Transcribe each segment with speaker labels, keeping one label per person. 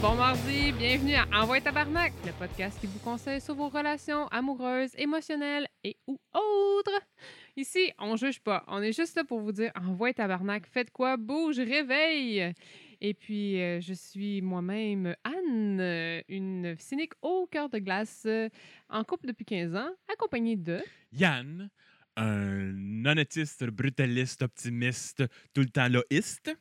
Speaker 1: Bon mardi, bienvenue à Envoie Tabarnak, le podcast qui vous conseille sur vos relations amoureuses, émotionnelles et ou autres. Ici, on juge pas, on est juste là pour vous dire Envoie Tabarnak, faites quoi, bouge, réveille. Et puis, euh, je suis moi-même Anne, euh, une cynique au cœur de glace, euh, en couple depuis 15 ans, accompagnée de...
Speaker 2: Yann, un honnêtiste, brutaliste, optimiste, tout le temps loïste.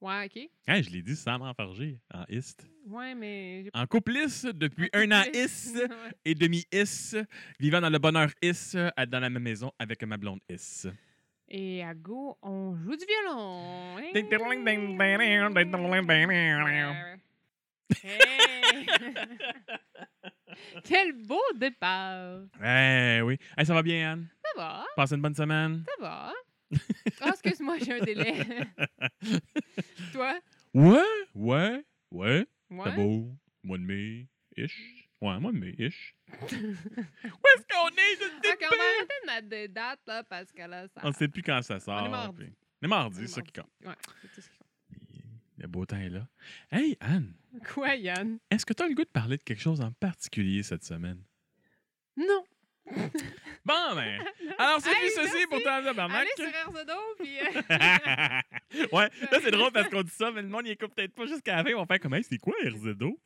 Speaker 1: Ouais, OK.
Speaker 2: Hein, je l'ai dit sans m'enfarger, en iste.
Speaker 1: Ouais, mais... j'ai-
Speaker 2: En coupliste depuis un an is
Speaker 1: Ouais.
Speaker 2: et demi is, vivant dans le bonheur is, à- dans la même maison avec ma blonde is.
Speaker 1: Et à go, on joue du violon. hein?
Speaker 2: Ding, ding, ding, ding, ding, ding, ding, ding, ding, ding.
Speaker 1: Hey! Quel beau départ!
Speaker 2: Eh oui. Hey, ça va bien, Anne?
Speaker 1: Ça va,
Speaker 2: Passez une bonne semaine?
Speaker 1: ça va. Oh, excuse-moi, j'ai un délai. Toi?
Speaker 2: Ouais, ouais, ouais.
Speaker 1: Moi?
Speaker 2: C'est beau. Mois de mai, ish. Ouais, mois de mai, ish. Où est-ce qu'on est? Je sais
Speaker 1: Ok, on
Speaker 2: pas.
Speaker 1: va arrêter de mettre des dates, là, parce que là, ça...
Speaker 2: On ne sait plus quand ça sort.
Speaker 1: On est mardi.
Speaker 2: puis- On est mardi,
Speaker 1: On est
Speaker 2: c'est ça qui compte.
Speaker 1: Ouais, c'est tout ce qui compte.
Speaker 2: Le beau temps est là. Hey, Anne,
Speaker 1: Quoi, Yann?
Speaker 2: est-ce que tu as le goût de parler de quelque chose en particulier cette semaine?
Speaker 1: Non!
Speaker 2: Bon, ben, alors c'est
Speaker 1: Hey,
Speaker 2: plus ceci
Speaker 1: merci.
Speaker 2: pour ton tabarnak.
Speaker 1: Allez sur RZO, puis... euh,
Speaker 2: ouais, là, c'est drôle parce qu'on dit ça, mais le monde, il écoute peut-être pas jusqu'à la fin. On va faire comme, hey, c'est quoi RZO?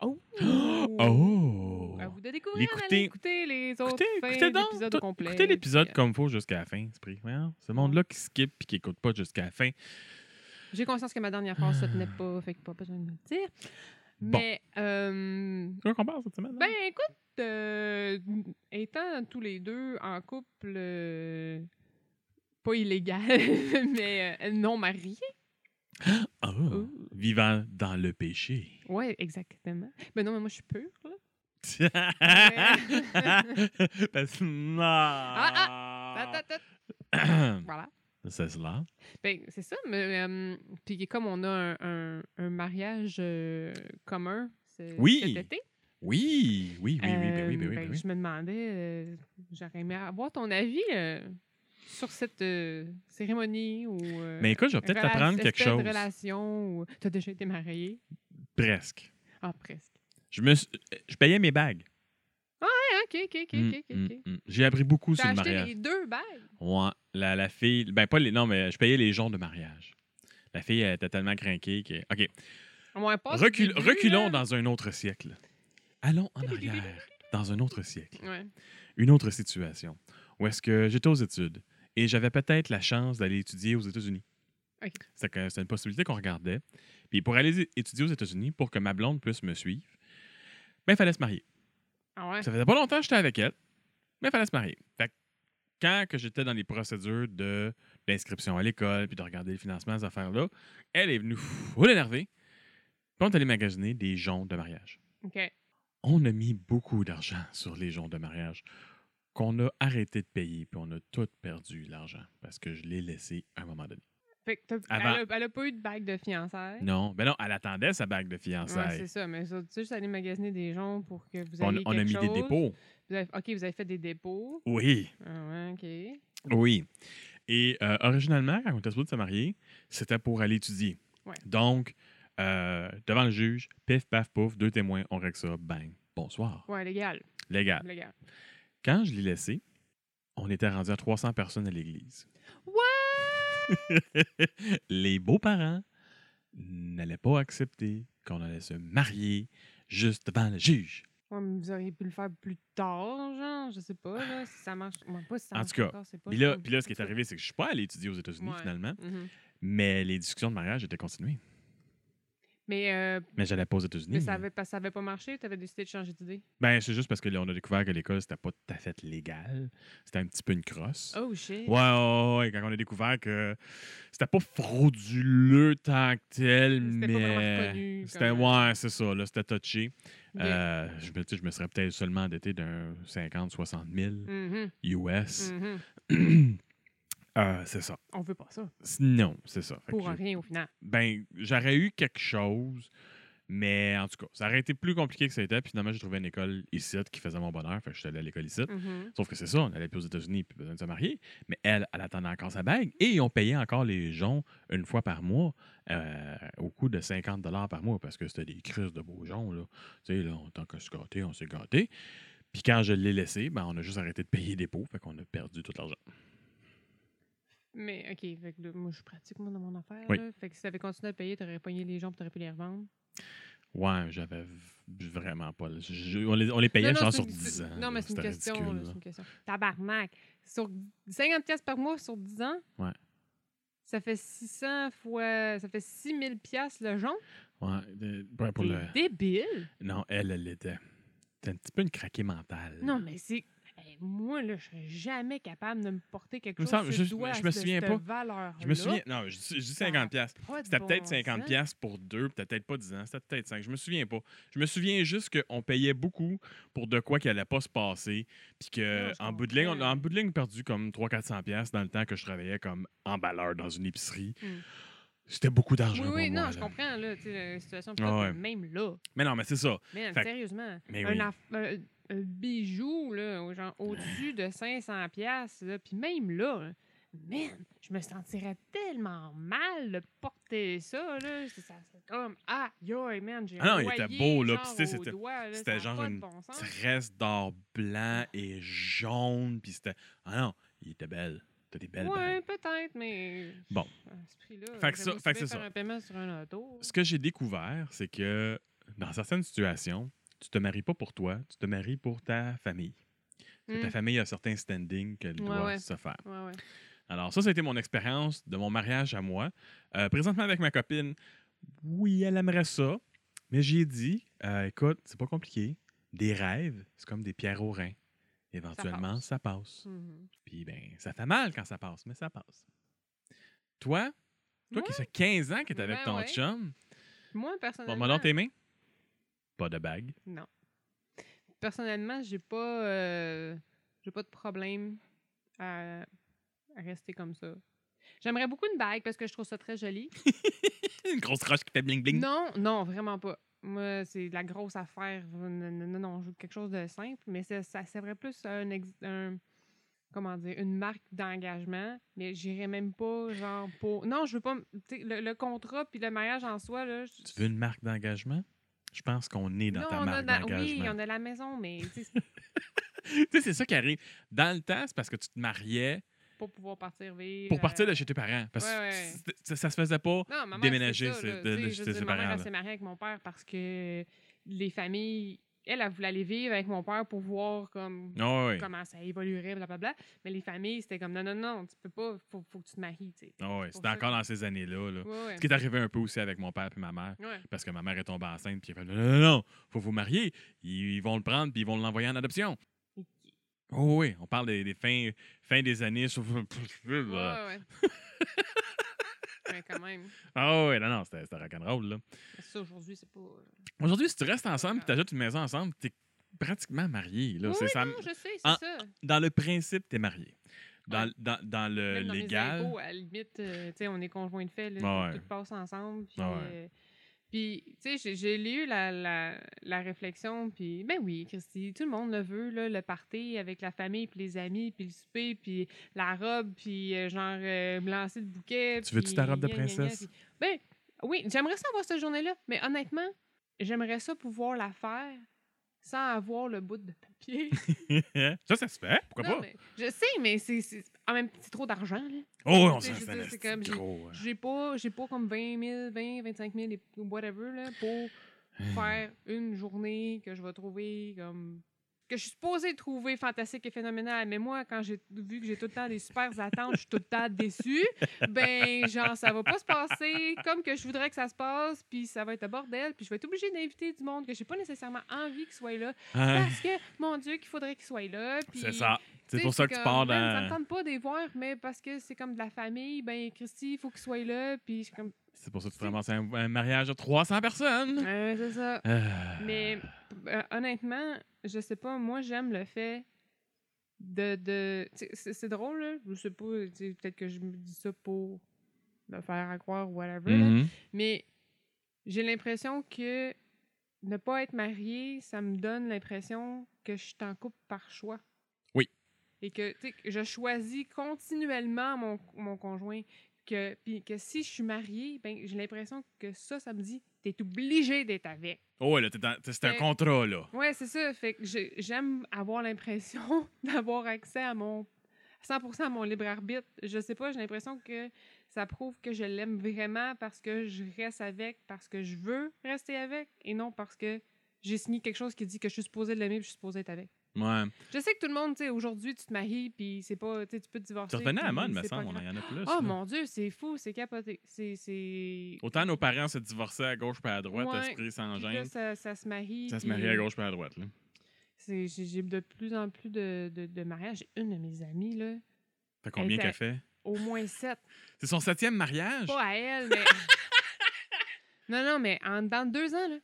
Speaker 1: Oh! Ah
Speaker 2: Oh!
Speaker 1: À vous de découvrir,
Speaker 2: L'écouter.
Speaker 1: allez écouter les autres
Speaker 2: Écoutez,
Speaker 1: fins
Speaker 2: écoutez donc,
Speaker 1: d'épisodes
Speaker 2: tout-
Speaker 1: au complet.
Speaker 2: Écoutez l'épisode
Speaker 1: puis,
Speaker 2: comme faut jusqu'à la fin, c'est pris. Voyons, Ce monde-là qui skip et qui écoute pas jusqu'à la fin.
Speaker 1: euh, J'ai conscience que ma dernière phrase se tenait pas, fait que pas besoin de me le dire.
Speaker 2: Bon.
Speaker 1: Mais, euh,
Speaker 2: C'est quoi qu'on parle cette semaine?
Speaker 1: ben écoute, euh, étant tous les deux en couple, euh, pas illégal, mais euh, non marié.
Speaker 2: Ah,
Speaker 1: oh.
Speaker 2: vivant dans le péché.
Speaker 1: Ouais, exactement. Ben non, mais moi je suis pure, là.
Speaker 2: Parce que non. Ah.
Speaker 1: Ta- ta- ta- Voilà.
Speaker 2: C'est cela.
Speaker 1: Ben, c'est ça. Mais, euh, puis comme on a un, un- un mariage euh, commun ce-
Speaker 2: Oui.
Speaker 1: cet été,
Speaker 2: Oui, oui, oui, oui, ben oui, ben
Speaker 1: Euh,
Speaker 2: oui,
Speaker 1: ben,
Speaker 2: ben oui.
Speaker 1: Je me demandais, euh, j'aurais aimé avoir ton avis euh, sur cette euh, cérémonie ou. euh,
Speaker 2: Mais écoute, je vais peut-être
Speaker 1: rela-
Speaker 2: t'apprendre quelque
Speaker 1: espèce de
Speaker 2: chose.
Speaker 1: relation ou. T'as déjà été mariée?
Speaker 2: Presque.
Speaker 1: Ah, presque.
Speaker 2: Je, me suis- je payais mes bagues.
Speaker 1: Ah, ok, ok, ok,
Speaker 2: Mm,
Speaker 1: ok, ok.
Speaker 2: mm, mm. J'ai appris beaucoup sur
Speaker 1: T'as
Speaker 2: le
Speaker 1: acheté
Speaker 2: mariage.
Speaker 1: les deux bagues?
Speaker 2: Ouais, la, la fille. Ben, pas les. Non, mais je payais les jours de mariage. La fille elle était tellement craquée que. OK.
Speaker 1: On moins pas.
Speaker 2: Recul-
Speaker 1: hein.
Speaker 2: reculons dans un autre siècle. Allons en arrière, dans un autre siècle.
Speaker 1: Ouais.
Speaker 2: une autre situation où est-ce que j'étais aux études et j'avais peut-être la chance d'aller étudier aux États-Unis.
Speaker 1: Ok.
Speaker 2: C'est que- C'était une possibilité qu'on regardait. Puis pour aller étudier aux États-Unis, pour que ma blonde puisse me suivre, ben, il fallait se marier.
Speaker 1: Ah ouais.
Speaker 2: Ça faisait pas longtemps que j'étais avec elle, mais il fallait se marier. Fait que quand que j'étais dans les procédures de d'inscription à l'école, puis de regarder le financement, ces affaires-là, elle est venue full énervée. Puis on est allé magasiner des joncs de mariage
Speaker 1: Ok.
Speaker 2: on a mis beaucoup d'argent sur les gens de mariage qu'on a arrêté de payer, puis on a tout perdu l'argent parce que je l'ai laissé à un moment donné.
Speaker 1: Fait que t'as-
Speaker 2: Avant-
Speaker 1: elle, a, elle a pas eu de bague de fiançailles.
Speaker 2: Non, ben non, elle attendait sa bague de
Speaker 1: Ouais,
Speaker 2: fiançailles.
Speaker 1: c'est ça, mais ça, tu sais, juste aller magasiner des gens pour que vous
Speaker 2: on,
Speaker 1: ayez
Speaker 2: on a
Speaker 1: quelque
Speaker 2: mis des
Speaker 1: chose.
Speaker 2: dépôts.
Speaker 1: Vous avez- ok, vous avez fait des dépôts.
Speaker 2: Oui,
Speaker 1: Ah ouais, ok.
Speaker 2: oui. Et euh, originalement, quand on était supposé se marier, c'était pour aller étudier.
Speaker 1: Ouais.
Speaker 2: Donc, euh, devant le juge, pif, paf, pouf, deux témoins, on règle ça, bang, bonsoir.
Speaker 1: Ouais, légal.
Speaker 2: Légal.
Speaker 1: Légal.
Speaker 2: Quand je l'ai laissé, on était rendu à 300 personnes à l'église. Les beaux-parents n'allaient pas accepter qu'on allait se marier juste devant le juge.
Speaker 1: Ouais, mais vous auriez pu le faire plus tard, genre, je sais pas, là, si ça marche. moi pas si ça
Speaker 2: En
Speaker 1: marche
Speaker 2: tout cas,
Speaker 1: encore, c'est pas
Speaker 2: Puis là,
Speaker 1: sûr.
Speaker 2: puis là, ce qui est arrivé, c'est que je suis pas allé étudier aux États-Unis
Speaker 1: Ouais.
Speaker 2: finalement,
Speaker 1: Mhm.
Speaker 2: mais les discussions de mariage étaient continuées.
Speaker 1: Mais, euh,
Speaker 2: Mais j'allais pas aux
Speaker 1: mais
Speaker 2: États-Unis.
Speaker 1: ça, avait, pas- ça avait pas marché, tu avais décidé de changer d'idée.
Speaker 2: Ben, c'est juste parce que là, on a découvert que l'école, c'était pas tout à fait légal. C'était un petit peu une crosse.
Speaker 1: Oh shit.
Speaker 2: Ouais, ouais, ouais, quand on a découvert que c'était pas frauduleux tant que tel,
Speaker 1: C'était pas vraiment
Speaker 2: mais
Speaker 1: reconnu comme- euh,
Speaker 2: c'était ouais, c'est ça, là, c'était touché.
Speaker 1: Ok.
Speaker 2: Euh, je, me, tu sais, je me serais peut-être seulement endetté d'un 50, 60 000
Speaker 1: Mhm,
Speaker 2: US.
Speaker 1: mhm.
Speaker 2: Euh, c'est ça.
Speaker 1: On veut pas ça.
Speaker 2: C- Non, c'est ça. Fait que
Speaker 1: Pour
Speaker 2: j'ai-
Speaker 1: rien au final.
Speaker 2: ben, j'aurais eu quelque chose, Mais en tout cas, ça aurait été plus compliqué que ça était. Puis finalement, j'ai trouvé une école ici qui faisait mon bonheur. Fait que je suis allé à l'école ici.
Speaker 1: Mhm.
Speaker 2: Sauf que c'est ça, on allait plus aux États-Unis, puis besoin de se marier. Mais elle, elle attendait encore sa bague et on payait encore les gens une fois par mois euh, au coût de 50 par mois parce que c'était des crises de beaux gens. Là. Tu sais, là, en tant que se gâter, on s'est gâté. Puis quand je l'ai laissé, ben, on a juste arrêté de payer des pots, fait qu'on a perdu tout l'argent.
Speaker 1: Mais OK, fait que là, moi, je pratique, moi, dans mon affaire.
Speaker 2: Oui.
Speaker 1: là. Fait que si t'avais continué à payer, t'aurais pogné les gens, puis t'aurais pu les revendre.
Speaker 2: Ouais, j'avais v- vraiment pas. le- je- on, les, on les payait
Speaker 1: Non, non,
Speaker 2: genre
Speaker 1: c'est
Speaker 2: sur
Speaker 1: une-
Speaker 2: 10
Speaker 1: c'est-
Speaker 2: ans.
Speaker 1: Non, mais
Speaker 2: là,
Speaker 1: c'est une,
Speaker 2: c'était
Speaker 1: question,
Speaker 2: ridicule,
Speaker 1: là,
Speaker 2: là.
Speaker 1: c'est une question. Tabarnak. Sur 50 pièces par mois sur 10 ans?
Speaker 2: Ouais.
Speaker 1: Ça fait 600 fois... Ça fait 6000 pièces le jonc?
Speaker 2: Ouais, de- ouais, pour
Speaker 1: T'es
Speaker 2: le-
Speaker 1: débile!
Speaker 2: Non, elle, elle était. C'était un petit peu une craquée mentale.
Speaker 1: Non, mais c'est... Hey, moi, là, je serais jamais capable de me porter quelque
Speaker 2: Il me
Speaker 1: chose
Speaker 2: semble-
Speaker 1: sur
Speaker 2: je-
Speaker 1: toi
Speaker 2: je
Speaker 1: à
Speaker 2: me
Speaker 1: ce-
Speaker 2: souviens
Speaker 1: cette
Speaker 2: pas.
Speaker 1: valeur-là.
Speaker 2: Je me souviens. Non, je, dis- je dis
Speaker 1: Ça a
Speaker 2: 50 pièces.
Speaker 1: Pas de
Speaker 2: C'était
Speaker 1: bon
Speaker 2: peut-être
Speaker 1: sens.
Speaker 2: 50 pièces pour deux, puis peut-être pas 10 ans, c'était peut-être 5, je me souviens pas. Je me souviens juste qu'on payait beaucoup pour de quoi qui allait pas se passer, puis que
Speaker 1: Non, je
Speaker 2: en bout de ligne, on a
Speaker 1: comprends.
Speaker 2: en bout de ligne perdu comme 3 400 pièces dans le temps que je travaillais comme emballeur dans une épicerie.
Speaker 1: Mm.
Speaker 2: C'était beaucoup d'argent
Speaker 1: Oui,
Speaker 2: pour
Speaker 1: oui,
Speaker 2: moi,
Speaker 1: non,
Speaker 2: là.
Speaker 1: je comprends, là, tu sais, la situation,
Speaker 2: Ah
Speaker 1: peut-être
Speaker 2: ouais.
Speaker 1: même là.
Speaker 2: Mais non, mais c'est ça.
Speaker 1: Man,
Speaker 2: Fait que-
Speaker 1: sérieusement,
Speaker 2: Mais
Speaker 1: un,
Speaker 2: Eh oui.
Speaker 1: aff- un- un bijou, là, au- genre au-dessus de 500 pièces là, puis même là, là, man, je me sentirais tellement mal de porter ça, là. C'est ça- c'est comme, ah, yo, man, j'ai
Speaker 2: Ah non,
Speaker 1: un
Speaker 2: il était
Speaker 1: loyer,
Speaker 2: beau, là,
Speaker 1: genre,
Speaker 2: puis tu sais,
Speaker 1: au
Speaker 2: c'était-
Speaker 1: doigt, là,
Speaker 2: c'était
Speaker 1: ça a
Speaker 2: genre
Speaker 1: pas de
Speaker 2: une
Speaker 1: bon sens.
Speaker 2: Tresse d'or blanc et jaune, puis c'était Ah non, il était belle. T'étais belle.
Speaker 1: Ouais,
Speaker 2: belle.
Speaker 1: peut-être, mais...
Speaker 2: Bon.
Speaker 1: À ce prix-là,
Speaker 2: Fait que ça-
Speaker 1: j'aimerais
Speaker 2: fait que
Speaker 1: bien
Speaker 2: c'est
Speaker 1: faire
Speaker 2: ça.
Speaker 1: un paiement sur un auto.
Speaker 2: Ce que j'ai découvert, c'est que dans certaines situations, tu te maries pas pour toi, tu te maries pour ta famille. que ta
Speaker 1: Hmm.
Speaker 2: famille a un certain standing qu'elle
Speaker 1: Ouais,
Speaker 2: doit
Speaker 1: ouais.
Speaker 2: se faire.
Speaker 1: Ouais, ouais.
Speaker 2: Alors, ça, ça a été mon expérience de mon mariage à moi. Euh, présentement avec ma copine, oui, elle aimerait ça, mais j'ai dit, euh, écoute, c'est pas compliqué. Des rêves, c'est comme des pierres au rein. Éventuellement, ça passe.
Speaker 1: Mhm.
Speaker 2: Puis, ben, ça fait mal quand ça passe, mais ça passe. Toi, toi qui fait 15 ans que t'es avec
Speaker 1: Ben
Speaker 2: ton
Speaker 1: ouais.
Speaker 2: chum,
Speaker 1: Moi,
Speaker 2: bon,
Speaker 1: personnellement...
Speaker 2: dans tes mains, pas de bague.
Speaker 1: Non. Personnellement, j'ai pas euh, j'ai pas de problème à, à rester comme ça. J'aimerais beaucoup une bague parce que je trouve ça très joli.
Speaker 2: Une grosse roche qui fait bling bling.
Speaker 1: Non, non, vraiment pas. Moi, c'est de la grosse affaire. Non, non, non, non, je veux quelque chose de simple, mais ça, ça serait plus un, ex- un- comment dire, une marque d'engagement, mais j'irais même pas genre pour Non, je veux pas m- tu sais, le, le contrat puis le mariage en soi là, je-
Speaker 2: Tu veux une marque d'engagement? Je pense qu'on est dans
Speaker 1: non,
Speaker 2: ta
Speaker 1: on a
Speaker 2: marque
Speaker 1: la- oui,
Speaker 2: d'engagement.
Speaker 1: on a la maison, mais tu sais, c'est
Speaker 2: tu sais, c'est ça qui arrive. Dans le temps, c'est parce que tu te mariais
Speaker 1: pour pouvoir partir vivre.
Speaker 2: pour partir
Speaker 1: euh,
Speaker 2: de chez tes parents. Parce
Speaker 1: Ouais, ouais.
Speaker 2: que c'était- ça, ça se faisait pas.
Speaker 1: Non, ma mère,
Speaker 2: déménager,
Speaker 1: c'est
Speaker 2: c'est
Speaker 1: ça, là,
Speaker 2: de-
Speaker 1: tu sais,
Speaker 2: de-
Speaker 1: je
Speaker 2: de
Speaker 1: veux dire,
Speaker 2: ses
Speaker 1: ma mère,
Speaker 2: parents,
Speaker 1: elle
Speaker 2: là.
Speaker 1: s'est mariée avec mon père parce que les familles, elle, elle voulait aller vivre avec mon père pour voir comme
Speaker 2: Ah ouais, ouais.
Speaker 1: comment ça évoluerait, blablabla. Mais les familles, c'était comme non, non, non, tu peux pas, faut, faut que tu te maries, tu sais.
Speaker 2: Ah ouais,
Speaker 1: c'est pour
Speaker 2: C'était
Speaker 1: ça
Speaker 2: encore dans ces années-là. là.
Speaker 1: Ouais, ouais.
Speaker 2: Ce qui est arrivé un peu aussi avec mon père et ma mère.
Speaker 1: Ouais.
Speaker 2: Parce que ma mère est tombée enceinte, puis elle fait Non, non, non, faut vous marier. Ils, ils vont le prendre, puis ils vont l'envoyer en adoption.
Speaker 1: Et-
Speaker 2: Oh oui, on parle des, des fins, fins des années. sur-
Speaker 1: Ouais,
Speaker 2: Bah.
Speaker 1: ouais. Mais quand même.
Speaker 2: Ah oui, non, non, c'était c'était rock'n'roll. là.
Speaker 1: Mais Ça, aujourd'hui, c'est pas. euh,
Speaker 2: Aujourd'hui, si tu restes ensemble et tu achètes une maison ensemble, t'es pratiquement marié. Là.
Speaker 1: Ah. Oui,
Speaker 2: C'est
Speaker 1: oui,
Speaker 2: ça-
Speaker 1: non, je sais, c'est
Speaker 2: Ah,
Speaker 1: ça.
Speaker 2: Dans le principe, t'es marié. Dans,
Speaker 1: Ouais.
Speaker 2: dans, dans le
Speaker 1: Même dans mes
Speaker 2: Euh, légal.
Speaker 1: impôts, à la limite, euh, tu sais, on est conjoint de fait,
Speaker 2: Ah
Speaker 1: là,
Speaker 2: ouais.
Speaker 1: tout passe ensemble. Puis,
Speaker 2: Ah ouais.
Speaker 1: euh, puis, tu sais, j'ai- j'ai eu la, la, la réflexion, puis ben oui, Christy, tout le monde le veut, là, le party avec la famille, puis les amis, puis le souper, puis la robe, puis euh, genre euh, me lancer le bouquet.
Speaker 2: Tu veux-tu
Speaker 1: puis
Speaker 2: ta robe de
Speaker 1: gna, gna, gna,
Speaker 2: princesse?
Speaker 1: puis- ben oui, j'aimerais ça avoir cette journée-là, mais honnêtement, j'aimerais ça pouvoir la faire sans avoir le bout de papier.
Speaker 2: Hein? ça, ça se fait. Pourquoi
Speaker 1: Non,
Speaker 2: pas?
Speaker 1: mais- je sais, mais c'est c'est- en même temps, c'est trop d'argent, là.
Speaker 2: Oh, on
Speaker 1: Tu sais,
Speaker 2: s'en
Speaker 1: je veux
Speaker 2: fait
Speaker 1: dire,
Speaker 2: un
Speaker 1: c'est comme
Speaker 2: petit
Speaker 1: j'ai-
Speaker 2: gros. hein.
Speaker 1: J'ai pas, j'ai pas comme 20 000, 20, 25 000, et whatever, là, pour
Speaker 2: Euh.
Speaker 1: faire une journée que je vais trouver comme. que je suis supposée trouver fantastique et phénoménale. Mais moi, quand j'ai vu que j'ai tout le temps des super attentes, je suis tout le temps déçue. Ben, genre, ça va pas se passer comme que je voudrais que ça se passe, puis ça va être un bordel, puis je vais être obligée d'inviter du monde que j'ai pas nécessairement envie qu'il soit là,
Speaker 2: Ah,
Speaker 1: parce que, mon Dieu, qu'il faudrait qu'il soit là. puis-
Speaker 2: c'est ça. C'est
Speaker 1: sais,
Speaker 2: pour ça que tu
Speaker 1: comme,
Speaker 2: pars
Speaker 1: Man, Ça me
Speaker 2: dans.
Speaker 1: tente pas de les voir, mais parce que c'est comme de la famille, ben Christy, il faut qu'il soit là, puis je suis comme,
Speaker 2: C'est pour ça que tu te ramasses un, un mariage de 300 personnes.
Speaker 1: Euh, c'est ça.
Speaker 2: Ah.
Speaker 1: Mais euh, honnêtement, je sais pas, moi j'aime le fait de. de tu sais, c'est c'est drôle, là, je sais pas, tu
Speaker 2: Mm. Mm-hmm.
Speaker 1: sais, peut-être que je me dis ça pour me faire à croire ou whatever, là,
Speaker 2: Mhm.
Speaker 1: mais J'ai l'impression que ne pas être mariée, ça me donne l'impression que je suis en couple par choix.
Speaker 2: Oui.
Speaker 1: Et que, tu sais, que je choisis continuellement mon, mon conjoint. Que, puis que si je suis mariée, ben, j'ai l'impression que ça, ça me dit, t'es obligé d'être avec.
Speaker 2: Oh, ouais, là, t'es en- c'est un
Speaker 1: Mais-
Speaker 2: contrat, là.
Speaker 1: Ouais, c'est ça. Fait que j'ai- j'aime avoir l'impression d'avoir accès à mon 100% à mon libre arbitre. Je sais pas, j'ai l'impression que ça prouve que je l'aime vraiment parce que je reste avec, parce que je veux rester avec, et non parce que j'ai signé quelque chose qui dit que je suis supposée l'aimer, puis je suis supposée être avec.
Speaker 2: Ouais.
Speaker 1: Je sais que tout le monde, tu sais, aujourd'hui, tu te maries, puis c'est pas, tu sais, tu peux te divorcer.
Speaker 2: Tu revenais à la
Speaker 1: puis
Speaker 2: mode, me
Speaker 1: c'est pas
Speaker 2: semble.
Speaker 1: grave.
Speaker 2: On en a plus.
Speaker 1: Oh
Speaker 2: là.
Speaker 1: mon Dieu, c'est fou, c'est capoté. C'est. c'est-
Speaker 2: Autant nos parents se divorçaient à gauche puis à droite,
Speaker 1: Ouais.
Speaker 2: esprit sans
Speaker 1: Puis là,
Speaker 2: gêne.
Speaker 1: ça, ça se marie.
Speaker 2: Ça se
Speaker 1: puis-
Speaker 2: mariait à gauche puis à droite, là.
Speaker 1: C'est- J'ai j'ai de plus en plus de, de, de mariages. J'ai Une de mes amies, là,
Speaker 2: Fait combien
Speaker 1: était-
Speaker 2: qu'elle fait?
Speaker 1: au moins sept.
Speaker 2: C'est son septième mariage?
Speaker 1: Pas à elle, mais. non, non, mais en, dans deux ans, là,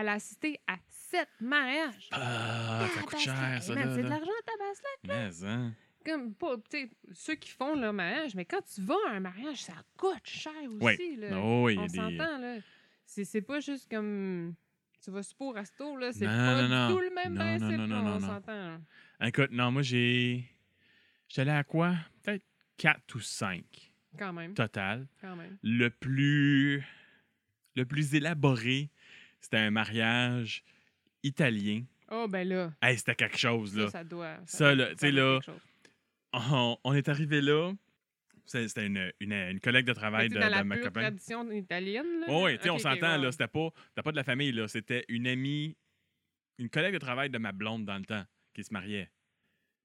Speaker 1: elle a assisté à sept mariages.
Speaker 2: Ah, ça coûte cher,
Speaker 1: Tabaslac.
Speaker 2: ça,
Speaker 1: Eh, man,
Speaker 2: là.
Speaker 1: C'est de
Speaker 2: là.
Speaker 1: l'argent, tabasse là.
Speaker 2: Mais, hein.
Speaker 1: Comme, pas, tu sais, ceux qui font leur mariage, mais quand tu vas à un mariage, ça coûte cher aussi.
Speaker 2: Oui.
Speaker 1: Là.
Speaker 2: Oh, il y
Speaker 1: Euh, On
Speaker 2: a des...
Speaker 1: s'entend, là. C'est c'est pas juste comme. Tu vas super au resto, là. C'est
Speaker 2: Non,
Speaker 1: pas
Speaker 2: non,
Speaker 1: du
Speaker 2: non.
Speaker 1: tout le même
Speaker 2: Non, non,
Speaker 1: principe,
Speaker 2: non, non,
Speaker 1: là,
Speaker 2: non,
Speaker 1: on
Speaker 2: non.
Speaker 1: s'entend. là.
Speaker 2: Écoute, non, moi, j'ai... J'étais allé à quoi? Peut-être 4 ou 5
Speaker 1: Quand même,
Speaker 2: total.
Speaker 1: quand même.
Speaker 2: Le plus... Le plus élaboré, c'était un mariage italien.
Speaker 1: Oh, ben là.
Speaker 2: Hey, c'était quelque chose,
Speaker 1: Ça,
Speaker 2: là.
Speaker 1: ça doit.
Speaker 2: Ça, là,
Speaker 1: doit
Speaker 2: tu sais,
Speaker 1: faire
Speaker 2: là,
Speaker 1: quelque chose.
Speaker 2: On, on est arrivé là. C'est- C'était une, une, une collègue de travail
Speaker 1: T'es
Speaker 2: de,
Speaker 1: dans
Speaker 2: de
Speaker 1: la
Speaker 2: ma
Speaker 1: pure
Speaker 2: copaine.
Speaker 1: tradition italienne.
Speaker 2: Oui, ouais, tu sais,
Speaker 1: sais
Speaker 2: on s'entend, là, c'était pas, c'était pas de la famille, là, c'était une amie, une collègue de travail de ma blonde dans le temps, qui se mariait.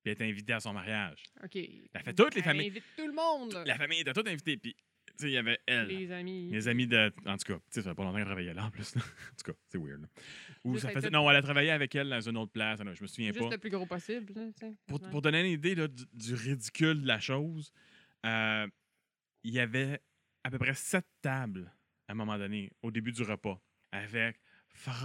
Speaker 2: Puis elle était invitée à son mariage.
Speaker 1: OK.
Speaker 2: Elle fait toutes les
Speaker 1: Elle
Speaker 2: familles.
Speaker 1: invite tout le monde.
Speaker 2: La famille était toute invitée, puis, tu sais, il y avait elle,
Speaker 1: Les amis.
Speaker 2: mes amis de. En tout cas, tu sais, ça fait pas longtemps qu'elle travaillait là, en plus, là. En tout cas, c'est weird, là. Ou
Speaker 1: Juste
Speaker 2: ça
Speaker 1: être
Speaker 2: faisait.
Speaker 1: toute-
Speaker 2: Non, elle a travaillé avec elle dans une autre place, alors, je me souviens
Speaker 1: Juste
Speaker 2: pas.
Speaker 1: le plus gros possible. là, tu sais.
Speaker 2: pour,
Speaker 1: Ouais.
Speaker 2: pour donner une idée là, du, du ridicule de la chose, euh, il y avait à peu près sept tables à un moment donné, au début du repas, avec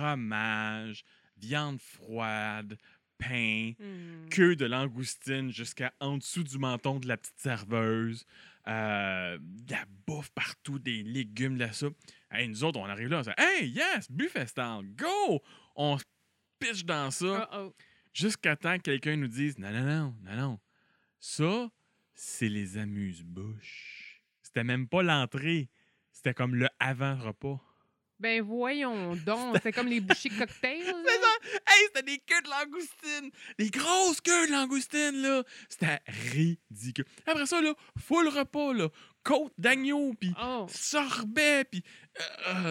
Speaker 2: fromage, viande froide, pain,
Speaker 1: Hmm.
Speaker 2: queue de langoustine jusqu'à en dessous du menton de la petite serveuse, euh, de la bouffe partout, des légumes, de la soupe. Hey, nous autres, on arrive là, on se dit Hey, yes, buffet stand, go! On se pitche dans ça
Speaker 1: Oh, oh.
Speaker 2: jusqu'à temps que quelqu'un nous dise non, non, non, non, non. Ça, c'est les amuse-bouches. C'était même pas l'entrée, c'était comme le avant-repas.
Speaker 1: Ben voyons donc. C'était comme les bouchées cocktails. là.
Speaker 2: Hey, c'était des queues de langoustine! Des grosses queues de langoustine, là! C'était ridicule. Après ça, là, full repas, là. Côte d'agneau, puis
Speaker 1: Oh.
Speaker 2: sorbet, puis euh,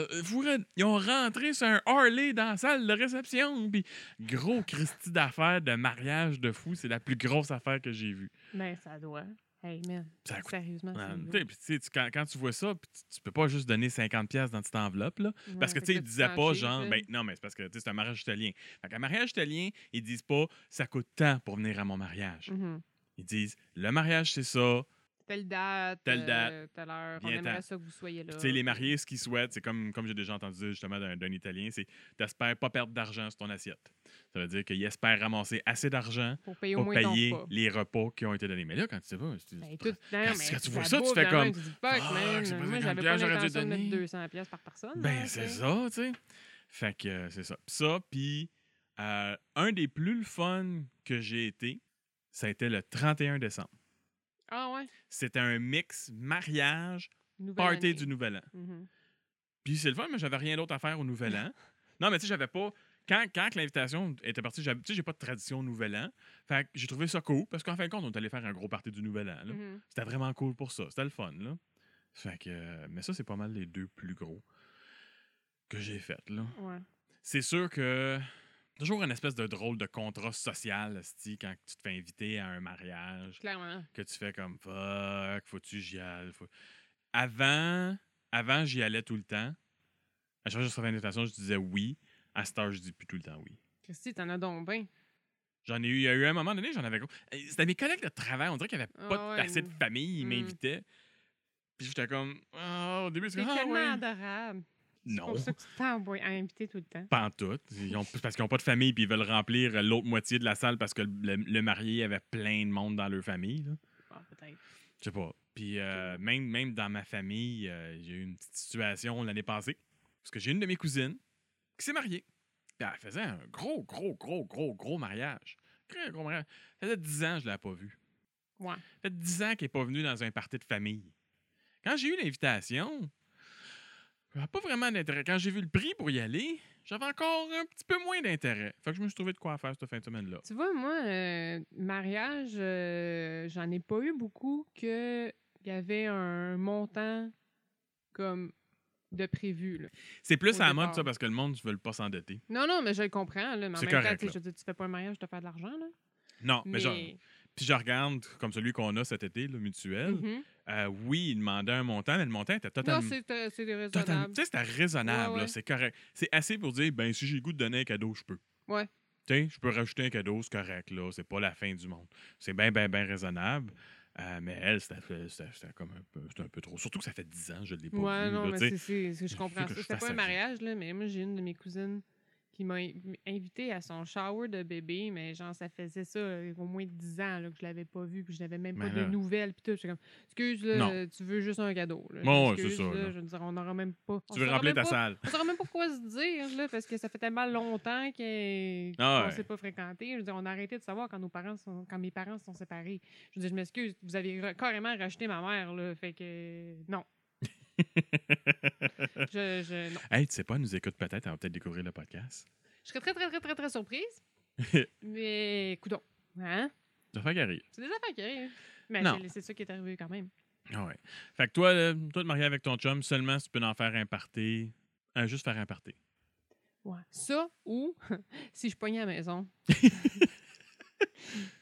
Speaker 2: euh, fourré- ils ont rentré sur un Harley dans la salle de réception, puis gros Christy d'affaires de mariage de fou, c'est la plus grosse affaire que j'ai vue.
Speaker 1: Mais ben, ça doit. Hey, man.
Speaker 2: Ça coûte-
Speaker 1: Sérieusement. c'est
Speaker 2: Man,
Speaker 1: lourd.
Speaker 2: t'sais, puis t'sais, tu- quand, quand tu vois ça, puis tu, tu peux pas juste donner 50 pièces dans cette enveloppe là, parce
Speaker 1: Ouais,
Speaker 2: que tu
Speaker 1: fait
Speaker 2: ils disaient
Speaker 1: t'en
Speaker 2: pas
Speaker 1: chies,
Speaker 2: genre
Speaker 1: là.
Speaker 2: ben non mais c'est parce que t'sais, c'est un mariage italien. Fait qu'un mariage italien, ils disent pas ça coûte tant pour venir à mon mariage.
Speaker 1: Mhm.
Speaker 2: Ils disent le mariage c'est ça,
Speaker 1: Telle date.
Speaker 2: Telle date.
Speaker 1: euh, Telle heure. On
Speaker 2: Viens-t'en.
Speaker 1: aimerait ça que vous soyez là.
Speaker 2: Puis, tu sais, les mariés, ce qu'ils souhaitent, c'est comme, comme j'ai déjà entendu dire justement d'un d'un Italien, c'est t'espères pas perdre d'argent sur ton assiette. Ça veut dire qu'ils espèrent ramasser assez d'argent
Speaker 1: Pour payer au
Speaker 2: pour
Speaker 1: moins ton
Speaker 2: payer
Speaker 1: repas.
Speaker 2: les repas qui ont été donnés. Mais là, quand tu sais pas, c'est-
Speaker 1: Ben,
Speaker 2: c'est-
Speaker 1: tout, non,
Speaker 2: Quand-
Speaker 1: mais
Speaker 2: quand tu
Speaker 1: la
Speaker 2: vois ça, tu
Speaker 1: bouffe
Speaker 2: fais
Speaker 1: dans la main,
Speaker 2: comme,
Speaker 1: tu dis, Fuck,
Speaker 2: Ah,
Speaker 1: man,
Speaker 2: c'est pas
Speaker 1: moi,
Speaker 2: cinquante
Speaker 1: j'avais pas
Speaker 2: piastres, j'aurais dû
Speaker 1: l'intention de mettre
Speaker 2: donner.
Speaker 1: 200 pièces par personne.
Speaker 2: Ben,
Speaker 1: là,
Speaker 2: c'est
Speaker 1: tu sais.
Speaker 2: ça, tu sais. Fait que euh, c'est ça. Pis ça, puis euh, un des plus le fun que j'ai été, ça a été le 31 décembre.
Speaker 1: Ah ouais.
Speaker 2: C'était un mix mariage,
Speaker 1: Nouvelle
Speaker 2: party
Speaker 1: année.
Speaker 2: du Nouvel An.
Speaker 1: Mhm.
Speaker 2: Puis c'est le fun, mais j'avais rien d'autre à faire au Nouvel An. Non, mais tu sais, j'avais pas. Quand, quand que l'invitation était partie, j'avais- tu sais, j'ai pas de tradition au Nouvel An. Fait que j'ai trouvé ça cool, parce qu'en fin de compte, on est allé faire un gros party du Nouvel An. là.
Speaker 1: Mhm.
Speaker 2: C'était vraiment cool pour ça. C'était le fun, là. Fait que. euh, Mais ça, c'est pas mal les deux plus gros que j'ai fait, là.
Speaker 1: Ouais.
Speaker 2: c'est sûr que toujours une espèce de drôle de contrat social, esti, quand tu te fais inviter à un mariage,
Speaker 1: Clairement.
Speaker 2: que tu fais comme fuck, faut-tu que j'y aille. Faut- Avant, avant j'y allais tout le temps. À chaque fois que je recevais une invitation, je disais oui. À cette heure, je dis plus tout le temps oui.
Speaker 1: Christy, t'en as donc bien.
Speaker 2: Ah, J'en ai eu, il y a eu un moment donné, j'en avais gros. Euh, C'était mes collègues de travail, on dirait qu'il n'y avait pas
Speaker 1: Ah ouais,
Speaker 2: assez de
Speaker 1: mm.
Speaker 2: famille, ils
Speaker 1: Mm.
Speaker 2: m'invitaient. Puis j'étais comme, Ah, au début,
Speaker 1: T'es
Speaker 2: c'est comme, ah
Speaker 1: tellement
Speaker 2: ouais.
Speaker 1: adorable. C'est
Speaker 2: Non.
Speaker 1: pour ça que tu t'envoies à inviter tout le temps.
Speaker 2: Pantoute. Ils ont- parce qu'ils n'ont pas de famille puis ils veulent remplir euh, l'autre moitié de la salle parce que le, le marié avait plein de monde dans leur famille. là.
Speaker 1: Ah, peut-être.
Speaker 2: Je sais pas. Puis euh, même, même dans ma famille, euh, j'ai eu une petite situation l'année passée. Parce que j'ai une de mes cousines qui s'est mariée. Puis elle faisait un gros, gros, gros, gros, gros mariage. Très gros mariage. Ça faisait 10 ans que je ne l'avais pas vue.
Speaker 1: Ouais.
Speaker 2: Ça fait 10 ans qu'elle n'est pas venue dans un party de famille. Quand j'ai eu l'invitation, j'avais pas vraiment d'intérêt. Quand j'ai vu le prix pour y aller, j'avais encore un petit peu moins d'intérêt. Fait que je me suis trouvé de quoi faire cette fin de semaine-là.
Speaker 1: Tu vois, moi, euh, mariage, euh, j'en ai pas eu beaucoup que il y avait un montant comme de prévu. là.
Speaker 2: C'est plus
Speaker 1: Au
Speaker 2: à la mode,
Speaker 1: départ.
Speaker 2: ça, parce que le monde ne veut pas s'endetter.
Speaker 1: Non, non, mais je le comprends. Là, mais en
Speaker 2: C'est
Speaker 1: même temps, tu
Speaker 2: correct,
Speaker 1: sais,
Speaker 2: là.
Speaker 1: je veux dire, tu fais pas un mariage, de faire de l'argent. Là.
Speaker 2: Non, mais,
Speaker 1: mais
Speaker 2: genre. Puis je regarde comme celui qu'on a cet été, le mutuel.
Speaker 1: Mhm.
Speaker 2: Euh, oui, il demandait un montant, mais le montant était
Speaker 1: Non,
Speaker 2: totalement.
Speaker 1: c'est, euh, c'est
Speaker 2: totalement-
Speaker 1: raisonnable.
Speaker 2: Tu sais, c'était raisonnable,
Speaker 1: Ouais,
Speaker 2: là,
Speaker 1: ouais.
Speaker 2: c'est correct. C'est assez pour dire, ben, si j'ai le goût de donner un cadeau, je peux.
Speaker 1: Ouais.
Speaker 2: Tu sais, je peux rajouter un cadeau, c'est correct, là. C'est pas la fin du monde. C'est bien, bien, bien raisonnable. Euh, mais elle, c'était c'était- c'était comme un peu, c'était un peu trop. Surtout que ça fait 10 ans, je l'ai pas
Speaker 1: Ouais,
Speaker 2: vu,
Speaker 1: non,
Speaker 2: là,
Speaker 1: mais c'est,
Speaker 2: tu sais.
Speaker 1: c'est- c'est- je
Speaker 2: il
Speaker 1: comprends
Speaker 2: faut que
Speaker 1: ça.
Speaker 2: je
Speaker 1: C'était
Speaker 2: fasse
Speaker 1: pas un
Speaker 2: ça.
Speaker 1: mariage, là, mais moi, j'ai une de mes cousines qui m'a in- invitée à son shower de bébé, mais genre, ça faisait ça euh, au moins 10 ans là, que je l'avais pas vu, puis je n'avais même pas
Speaker 2: Mais
Speaker 1: de
Speaker 2: là-
Speaker 1: nouvelles, puis tout. J'étais comme, excuse, là,
Speaker 2: Non.
Speaker 1: euh, tu veux juste un cadeau. Là.
Speaker 2: Bon, ouais, c'est
Speaker 1: Excuse,
Speaker 2: ça,
Speaker 1: là.
Speaker 2: là.
Speaker 1: Je veux dire, on n'aura même pas. on
Speaker 2: Tu veux
Speaker 1: saura
Speaker 2: remplir
Speaker 1: même
Speaker 2: ta
Speaker 1: pas-
Speaker 2: salle.
Speaker 1: On ne même pas quoi se dire, là, parce que ça fait tellement longtemps qu'on
Speaker 2: Ah
Speaker 1: qu'on
Speaker 2: ouais.
Speaker 1: s'est pas fréquenté. Je veux dire, on a arrêté de savoir quand nos parents sont, quand mes parents se sont séparés. Je veux dire, je m'excuse, vous avez re- carrément racheté ma mère, là. Fait que euh, non. Je, je- non.
Speaker 2: Hey, tu sais pas, elle nous écoute peut-être, elle va peut-être découvrir le podcast.
Speaker 1: Je serais très, très, très, très, très surprise. mais coudon. Hein?
Speaker 2: Ça fait carré.
Speaker 1: C'est des affaires qui arrivent. Mais
Speaker 2: Non.
Speaker 1: c'est- c'est ça qui est arrivé quand même.
Speaker 2: Ah ouais. Fait que toi, là, toi, te marier avec ton chum, seulement si tu peux en faire un party. Euh, juste faire un party.
Speaker 1: Ouais. Ça ou si je pognais à la maison.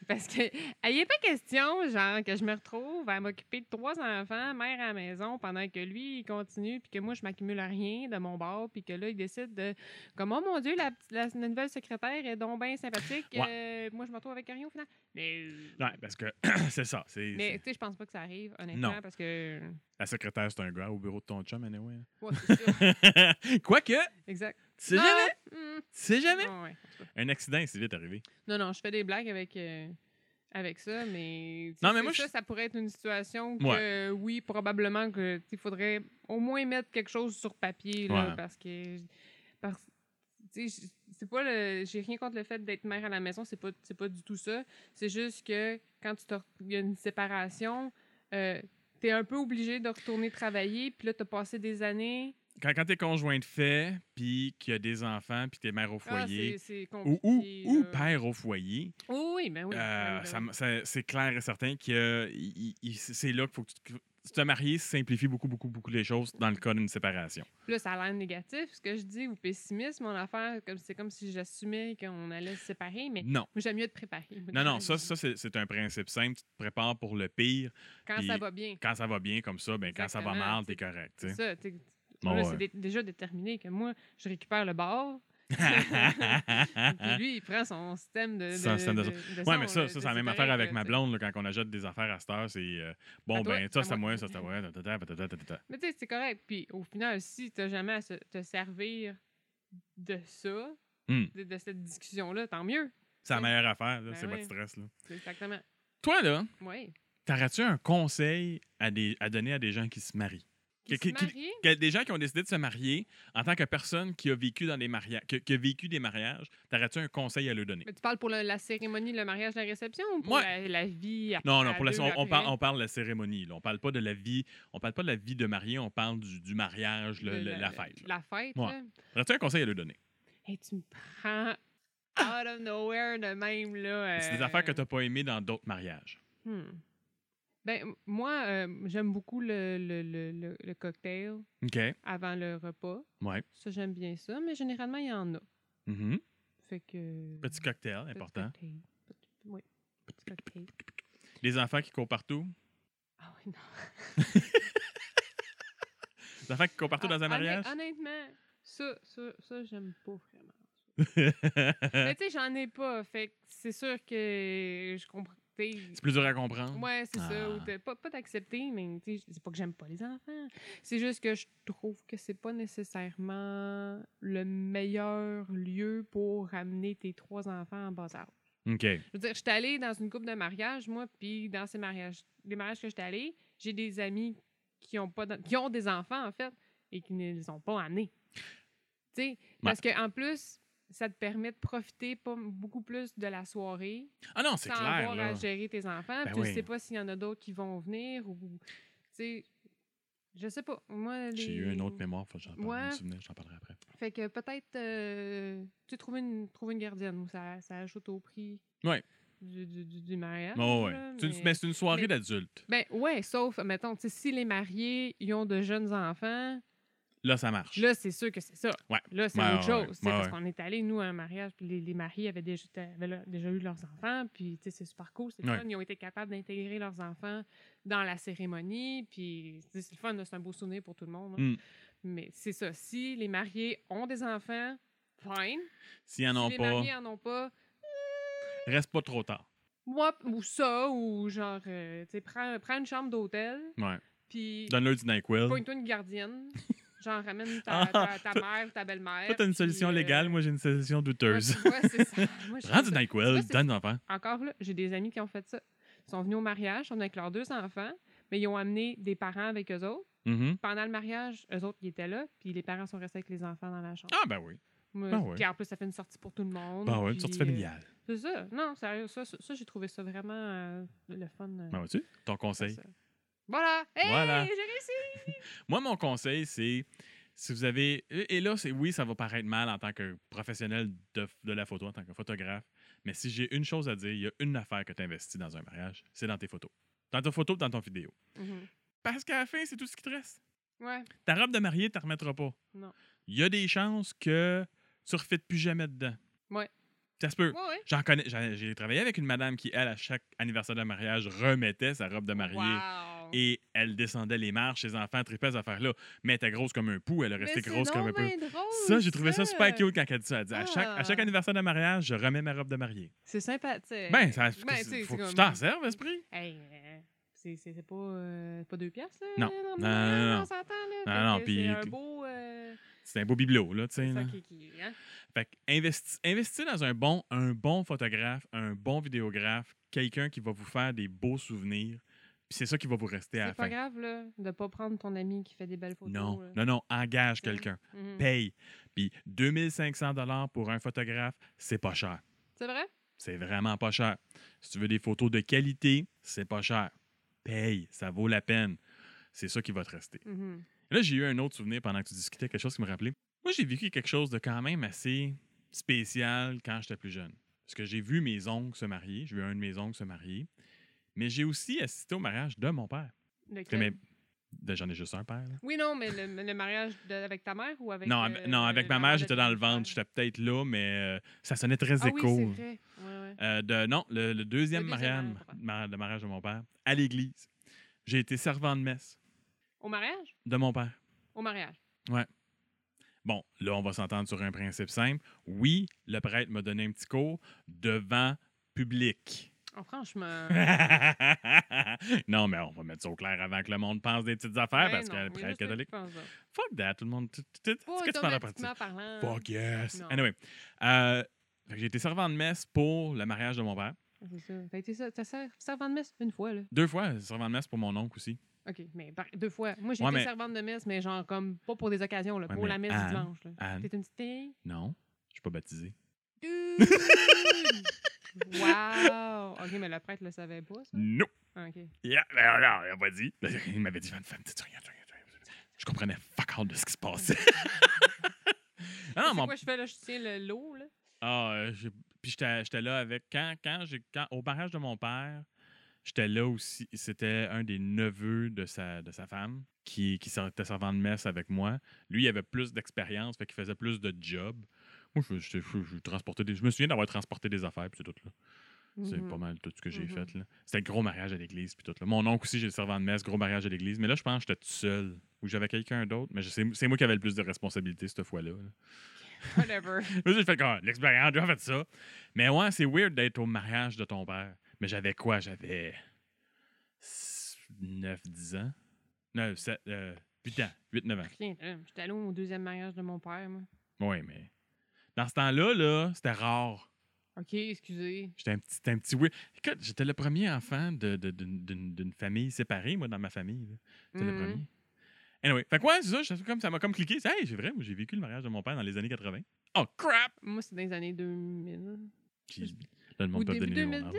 Speaker 1: Parce que, il n'est pas question, genre, que je me retrouve à m'occuper de trois enfants, mère à la maison, pendant que lui, il continue, puis que moi, je m'accumule à rien de mon bord, puis que là, il décide de. Comme, oh mon Dieu, la, petite- la- la nouvelle secrétaire est donc bien sympathique. euh, moi, je me retrouve avec rien au final. Mais,
Speaker 2: Ouais, parce que c'est ça. c'est-
Speaker 1: mais
Speaker 2: c'est-
Speaker 1: tu sais, je pense pas que ça arrive, honnêtement,
Speaker 2: Non.
Speaker 1: parce que.
Speaker 2: La secrétaire, c'est un gars au bureau de ton chum, anyway.
Speaker 1: Ouais, c'est ça.
Speaker 2: Quoique, tu
Speaker 1: exact.
Speaker 2: sais
Speaker 1: Ah,
Speaker 2: jamais.
Speaker 1: hmm.
Speaker 2: Tu sais jamais.
Speaker 1: Ah, ouais.
Speaker 2: Un accident, c'est vite arrivé.
Speaker 1: Non, non, je fais des blagues avec, euh, avec ça, mais, tu
Speaker 2: Non,
Speaker 1: sais,
Speaker 2: mais moi,
Speaker 1: ça,
Speaker 2: je-
Speaker 1: ça pourrait être une situation que euh, oui, probablement que il faudrait au moins mettre quelque chose sur papier là,
Speaker 2: Ouais.
Speaker 1: parce que parce- tu sais, je- c'est pas le j'ai rien contre le fait d'être mère à la maison, c'est pas c'est pas du tout ça. C'est juste que quand tu te re- il y a une séparation, euh, t'es un peu obligé de retourner travailler, puis là t'as passé des années.
Speaker 2: Quand, quand t'es conjoint de fait, puis qu'il y a des enfants, puis t'es mère au
Speaker 1: Ah,
Speaker 2: foyer,
Speaker 1: c'est- c'est
Speaker 2: ou, ou,
Speaker 1: compliqué,
Speaker 2: ou
Speaker 1: là.
Speaker 2: père au foyer,
Speaker 1: Oui, oui, ben oui.
Speaker 2: euh,
Speaker 1: ben oui,
Speaker 2: ça
Speaker 1: ben oui.
Speaker 2: m- ça- c'est clair et certain que euh, il- il- il- c'est là qu'il faut que tu te, tu te maries, ça simplifie beaucoup, beaucoup, beaucoup les choses dans le cas d'une séparation.
Speaker 1: Puis Là, ça a l'air négatif, ce que je dis, ou pessimiste, mon affaire, comme c'est comme si j'assumais qu'on allait se séparer, mais moi,
Speaker 2: Non.
Speaker 1: j'aime mieux te préparer.
Speaker 2: Non, non, ça, ça c'est c'est un principe simple. Tu te prépares pour le pire.
Speaker 1: Quand
Speaker 2: puis-
Speaker 1: ça va bien.
Speaker 2: Quand ça va bien comme ça, ben, quand ça va
Speaker 1: Exactement,
Speaker 2: mal,
Speaker 1: tu sais.
Speaker 2: t'es correct. tu
Speaker 1: C'est
Speaker 2: sais.
Speaker 1: ça, t'es-
Speaker 2: Bon,
Speaker 1: là,
Speaker 2: ouais.
Speaker 1: c'est dé- déjà déterminé que moi, je récupère le bord, puis lui, il prend son système de.
Speaker 2: Ah, Son système de son. Ouais, mais ça,
Speaker 1: là,
Speaker 2: ça
Speaker 1: de-
Speaker 2: c'est la même
Speaker 1: correct,
Speaker 2: affaire avec
Speaker 1: là,
Speaker 2: ma
Speaker 1: t'sais.
Speaker 2: blonde. là, quand on achète des affaires à cette heure, c'est euh, bon,
Speaker 1: À toi,
Speaker 2: ben, ça,
Speaker 1: à
Speaker 2: c'est à
Speaker 1: moi.
Speaker 2: moi, ça, c'est à moi. tatata, patata, tatata.
Speaker 1: Mais tu sais, c'est correct. Puis au final, si tu jamais à se- te servir de ça,
Speaker 2: Hmm.
Speaker 1: de, de cette discussion-là, tant mieux.
Speaker 2: C'est la
Speaker 1: Ben,
Speaker 2: meilleure affaire, là,
Speaker 1: ben
Speaker 2: c'est
Speaker 1: oui.
Speaker 2: votre stress. Là.
Speaker 1: C'est Exactement.
Speaker 2: Toi, là,
Speaker 1: Oui.
Speaker 2: t'aurais-tu un conseil à, des, à donner à des gens qui se marient?
Speaker 1: Qui
Speaker 2: Qui-
Speaker 1: se
Speaker 2: qui-
Speaker 1: marient?
Speaker 2: Que- Des gens qui ont décidé de se marier en tant que personne qui a vécu dans des mariages, qui, qui a vécu des mariages, t'aurais-tu un conseil à leur donner?
Speaker 1: Mais tu parles pour le- la cérémonie, le mariage, la réception ou pour
Speaker 2: Ouais.
Speaker 1: la, la vie après?
Speaker 2: Non, non, pour la,
Speaker 1: deux
Speaker 2: on, on
Speaker 1: après?
Speaker 2: parle, on parle de la cérémonie. Là. On parle pas de la vie, on parle pas de la vie de marié, on parle du, du mariage, le-
Speaker 1: Le-
Speaker 2: le-
Speaker 1: le-
Speaker 2: la fête. là.
Speaker 1: La fête,
Speaker 2: Ouais.
Speaker 1: là.
Speaker 2: Aurais-tu un conseil à lui donner?
Speaker 1: Hey, tu me prends out of nowhere de même, là.
Speaker 2: C'est des
Speaker 1: euh,
Speaker 2: affaires que t'as pas aimées dans d'autres mariages.
Speaker 1: hmm. Ben, m- moi, euh, j'aime beaucoup le, le- le- le- le cocktail
Speaker 2: OK.
Speaker 1: avant le repas.
Speaker 2: Ouais.
Speaker 1: Ça, j'aime bien ça, mais généralement, il y en a.
Speaker 2: Mhm.
Speaker 1: Fait que...
Speaker 2: Petit cocktail,
Speaker 1: petit
Speaker 2: important.
Speaker 1: cocktail. Petit- Oui, petit cocktail.
Speaker 2: Les enfants qui courent partout.
Speaker 1: Ah oui, non.
Speaker 2: Les enfants qui courent partout dans un
Speaker 1: Ah, honnêt-
Speaker 2: mariage.
Speaker 1: Honnêtement, ça, ça, ça j'aime pas vraiment. Mais tu sais, j'en ai pas. Fait que c'est sûr que je comprends. t'sais,
Speaker 2: c'est plus dur à comprendre.
Speaker 1: Ouais, c'est ça. Ou
Speaker 2: Ah.
Speaker 1: de- pas pas d'accepter, mais tu sais, c'est pas que j'aime pas les enfants. C'est juste que je trouve que c'est pas nécessairement le meilleur lieu pour amener tes trois enfants en bas âge.
Speaker 2: OK.
Speaker 1: Je veux dire, j'étais allée dans une couple de mariage, moi, puis dans ces mariages, les mariages que j'étais allée, j'ai des amis qui ont pas d'en- qui ont des enfants en fait et qui ne les ont pas amenés. Tu sais, Parce qu'en plus, ça te permet de profiter pas m- beaucoup plus de la soirée
Speaker 2: Ah non, c'est
Speaker 1: sans
Speaker 2: clair.
Speaker 1: avoir
Speaker 2: Là.
Speaker 1: à gérer tes enfants.
Speaker 2: Ben
Speaker 1: puis tu
Speaker 2: oui.
Speaker 1: sais pas s'il y en a d'autres qui vont venir ou. Tu sais, je sais pas. Moi, les-
Speaker 2: J'ai eu une autre mémoire, faut que j'en parle,
Speaker 1: Ouais.
Speaker 2: un souvenir, j'en parlerai après.
Speaker 1: Fait que peut-être euh, tu sais, trouver une, trouver une gardienne où ça, ça ajoute au prix
Speaker 2: Ouais.
Speaker 1: du, du, du- du mariage.
Speaker 2: Bon, ouais.
Speaker 1: Ah, là,
Speaker 2: C'est une-
Speaker 1: mais-
Speaker 2: Mais c'est une soirée
Speaker 1: mais-
Speaker 2: d'adultes.
Speaker 1: Ben ouais, sauf, mettons, tu sais, si les mariés, ils ont de jeunes enfants,
Speaker 2: Là, ça marche.
Speaker 1: là, c'est sûr que c'est ça.
Speaker 2: Ouais.
Speaker 1: Là, c'est
Speaker 2: Ouais,
Speaker 1: autre
Speaker 2: ouais,
Speaker 1: chose. tu sais,
Speaker 2: ouais,
Speaker 1: parce
Speaker 2: ouais.
Speaker 1: qu'on est allé, nous, à un mariage, puis les, les mariés avaient déjà, avaient là- déjà eu leurs enfants, puis tu sais, c'est super cool, c'est le
Speaker 2: Ouais.
Speaker 1: fun. Ils ont été capables d'intégrer leurs enfants dans la cérémonie, puis tu sais, c'est le fun, là, c'est un beau souvenir pour tout le monde. là.
Speaker 2: Mm.
Speaker 1: Mais c'est ça. Si les mariés ont des enfants, fine.
Speaker 2: S'ils en ont
Speaker 1: si les
Speaker 2: pas,
Speaker 1: mariés en ont pas,
Speaker 2: reste pas trop tard.
Speaker 1: moi, ou ça, ou genre, euh, tu sais, prends, prends une chambre d'hôtel,
Speaker 2: Ouais.
Speaker 1: puis
Speaker 2: Donne-leur du NyQuil.
Speaker 1: pointe-toi une gardienne. Genre, ramène ta,
Speaker 2: Ah,
Speaker 1: ta, ta mère ou ta belle-mère.
Speaker 2: Toi, t'as une
Speaker 1: puis,
Speaker 2: solution
Speaker 1: euh,
Speaker 2: légale, moi, j'ai une solution
Speaker 1: ouais,
Speaker 2: douteuse.
Speaker 1: tu vois, c'est ça. Moi, je
Speaker 2: Prends
Speaker 1: trouve
Speaker 2: du
Speaker 1: ça-
Speaker 2: NyQuil,
Speaker 1: c'est-
Speaker 2: donne aux enfants.
Speaker 1: Encore là, j'ai des amis qui ont fait ça. Ils sont venus au mariage, ils sont venus avec leurs deux enfants, mais ils ont amené des parents avec eux autres.
Speaker 2: Mhm.
Speaker 1: Pendant le mariage, eux autres, ils étaient là, puis les parents sont restés avec les enfants dans la chambre.
Speaker 2: Ah, ben oui.
Speaker 1: Moi,
Speaker 2: ben ouais.
Speaker 1: Puis en plus, ça fait une sortie pour tout le monde.
Speaker 2: Ben oui, une
Speaker 1: puis,
Speaker 2: sortie
Speaker 1: euh,
Speaker 2: familiale.
Speaker 1: c'est ça. Non, sérieux, ça, ça, ça, j'ai trouvé ça vraiment euh, le fun. euh,
Speaker 2: Ben vois-tu? Ton
Speaker 1: faire
Speaker 2: conseil.
Speaker 1: ça. Voilà! Hey,
Speaker 2: Voilà.
Speaker 1: j'ai réussi!
Speaker 2: Moi, mon conseil, c'est si vous avez. Et et là, c'est oui, ça va paraître mal en tant que professionnel de, de la photo, en tant que photographe. Mais si j'ai une chose à dire, il y a une affaire que tu investis dans un mariage, c'est dans tes photos. Dans ta photo, dans ton vidéo.
Speaker 1: Mhm.
Speaker 2: Parce qu'à la fin, c'est tout ce qui te reste.
Speaker 1: Ouais,
Speaker 2: Ta robe de mariée, tu remettras pas.
Speaker 1: Non.
Speaker 2: Il y a des chances que tu ne refites plus jamais dedans.
Speaker 1: Ouais.
Speaker 2: Ça se peut.
Speaker 1: ouais, ouais.
Speaker 2: J'en connais. j'en- J'ai travaillé avec une madame qui, elle, à chaque anniversaire de mariage, remettait sa robe de mariée.
Speaker 1: Wow.
Speaker 2: Et elle descendait les marches, ses enfants tripaient à faire là. Mais elle était grosse comme un pou, elle est
Speaker 1: Mais
Speaker 2: restée
Speaker 1: c'est
Speaker 2: grosse comme un
Speaker 1: donc
Speaker 2: peu.
Speaker 1: ben drôle,
Speaker 2: Ça, j'ai trouvé ça super cute quand elle dit ça. Elle dit, à, chaque, à chaque
Speaker 1: Ah.
Speaker 2: anniversaire de mariage, je remets ma robe de mariée.
Speaker 1: C'est sympathique.
Speaker 2: Ben, ça,
Speaker 1: ben, tu sais,
Speaker 2: faut
Speaker 1: c'est
Speaker 2: que tu
Speaker 1: comme-
Speaker 2: t'en serves, esprit.
Speaker 1: Hey, euh, c'est c'est- c'est pas, euh, pas deux piastres, là?
Speaker 2: Non.
Speaker 1: dans le
Speaker 2: Non,
Speaker 1: mariage,
Speaker 2: non, non.
Speaker 1: On s'entend,
Speaker 2: Non,
Speaker 1: là?
Speaker 2: non,
Speaker 1: Fait que
Speaker 2: puis-
Speaker 1: C'est un beau... euh,
Speaker 2: C'est un beau bibelot, là, tu sais.
Speaker 1: c'est ça
Speaker 2: là.
Speaker 1: qui... qui hein?
Speaker 2: Fait que investi- investir dans un bon, un bon photographe, un bon vidéographe, quelqu'un qui va vous faire des beaux souvenirs, puis c'est ça qui va vous rester à la
Speaker 1: C'est pas
Speaker 2: fin.
Speaker 1: grave, là, de pas prendre ton ami qui fait des belles photos.
Speaker 2: Non,
Speaker 1: là.
Speaker 2: non, non, engage
Speaker 1: Ouais.
Speaker 2: quelqu'un,
Speaker 1: Mhm.
Speaker 2: paye. Puis 2500 dollars pour un photographe, c'est pas cher.
Speaker 1: C'est vrai?
Speaker 2: C'est vraiment pas cher. Si tu veux des photos de qualité, c'est pas cher. Paye, ça vaut la peine. C'est ça qui va te rester.
Speaker 1: Mhm.
Speaker 2: Là, j'ai eu un autre souvenir pendant que tu discutais, quelque chose qui me rappelait. Moi, j'ai vécu quelque chose de quand même assez spécial quand j'étais plus jeune. Parce que j'ai vu mes oncles se marier, j'ai vu un de mes oncles se marier, mais j'ai aussi assisté au mariage de mon père.
Speaker 1: Lequel?
Speaker 2: Mais de- j'en ai juste un père. là.
Speaker 1: Oui, non, mais le, le mariage de- avec ta mère ou avec...
Speaker 2: non,
Speaker 1: euh,
Speaker 2: avec- non, avec
Speaker 1: la
Speaker 2: ma
Speaker 1: mère
Speaker 2: mère,
Speaker 1: de
Speaker 2: j'étais
Speaker 1: ton
Speaker 2: dans le
Speaker 1: frère?
Speaker 2: ventre, j'étais peut-être là, mais euh, ça sonnait très
Speaker 1: Ah oui,
Speaker 2: écho.
Speaker 1: c'est vrai. Ouais, ouais.
Speaker 2: Euh, de, non, le, le deuxième,
Speaker 1: Le deuxième
Speaker 2: mariage,
Speaker 1: mariage, papa.
Speaker 2: ma- le mariage de mon père, à l'église. J'ai été servant de messe
Speaker 1: Au mariage?
Speaker 2: de mon père.
Speaker 1: Au mariage.
Speaker 2: Bon, là, on va s'entendre sur un principe simple. Oui, le prêtre m'a donné un petit cours devant public.
Speaker 1: Oh, franchement...
Speaker 2: non, mais on va mettre ça au clair avant que le monde pense des petites affaires
Speaker 1: ben
Speaker 2: parce
Speaker 1: non,
Speaker 2: que le
Speaker 1: oui, je
Speaker 2: prêtre
Speaker 1: sais que
Speaker 2: catholique.
Speaker 1: tu penses ça.
Speaker 2: Fuck that, tout le monde. tu- tu- tu-
Speaker 1: Pas
Speaker 2: Qu'est-ce que tu parles après ça?
Speaker 1: automatiquement parlant.
Speaker 2: Fuck yes.
Speaker 1: Non.
Speaker 2: Anyway, euh, fait que j'ai été servant de messe pour le mariage de mon père.
Speaker 1: C'est ça. Fait que c'est ça. T'as ser- servant de messe une fois, là.
Speaker 2: Deux fois, servant de messe pour mon oncle aussi.
Speaker 1: OK, mais par- deux fois. Moi, j'ai
Speaker 2: Ouais,
Speaker 1: été
Speaker 2: mais-
Speaker 1: servante de messe, mais genre comme pas pour des occasions, là,
Speaker 2: Ouais,
Speaker 1: pour
Speaker 2: mais
Speaker 1: la messe
Speaker 2: Anne-
Speaker 1: du dimanche. là.
Speaker 2: Anne,
Speaker 1: T'es une petite fille?
Speaker 2: non, je suis pas baptisé.
Speaker 1: Dude! wow! OK, mais le prêtre le savait pas, ça?
Speaker 2: Non.
Speaker 1: Ah, OK.
Speaker 2: Yeah, ben non, il m'a pas dit. Il m'avait dit, femme, femme, dis rien, dis rien, dis rien. Je comprenais fuck all de ce qui se passait. ah non,
Speaker 1: C'est
Speaker 2: mon.
Speaker 1: quoi je fais, là? Je tiens le lot, là?
Speaker 2: Ah, euh, j'ai- puis j'étais j'étais là avec. Quand, quand j'ai. Quand, au mariage de mon père, j'étais là aussi. C'était un des neveux de sa, de sa femme qui, qui ser- était servant de messe avec moi. Lui, il avait plus d'expérience, fait qu'il faisait plus de job. Moi, je, je, je- je transportais des- je me souviens d'avoir transporté des affaires, puis c'est tout, là. C'est
Speaker 1: Mhm.
Speaker 2: pas mal tout ce que j'ai
Speaker 1: Mhm.
Speaker 2: fait. là. C'était gros mariage à l'église. puis tout. Là. Mon oncle aussi, j'ai le servant de messe, gros mariage à l'église. Mais là, je pense que j'étais tout seul ou j'avais quelqu'un d'autre. Mais je- c'est c'est moi qui avais le plus de responsabilités cette fois-là. là.
Speaker 1: Whatever.
Speaker 2: Là, j'ai fait comme, ah, l'expérience, j'ai fait ça. Mais ouais, c'est weird d'être au mariage de ton père. Mais j'avais quoi? J'avais 9-10 ans? Non, 7, 8 ans. 8-9 ans.
Speaker 1: Rien, là. J'étais allée au deuxième mariage de mon père, moi.
Speaker 2: Oui, mais... Dans ce temps-là, là, c'était rare.
Speaker 1: OK, excusez.
Speaker 2: J'étais un petit, un petit weird. Écoute, j'étais le premier enfant de- de- d'une d'une- d'une famille séparée, moi, dans ma famille. là. C'était le
Speaker 1: Mhm.
Speaker 2: premier. Anyway, fait quoi, c'est ça, je- comme, ça m'a comme cliqué. C'est, hey, c'est vrai, moi, j'ai vécu le mariage de mon père dans les années 80. Oh crap!
Speaker 1: Moi, c'est dans les années 2000.
Speaker 2: Puis, là, le monde
Speaker 1: Au
Speaker 2: peut
Speaker 1: début
Speaker 2: donner mon
Speaker 1: 2010?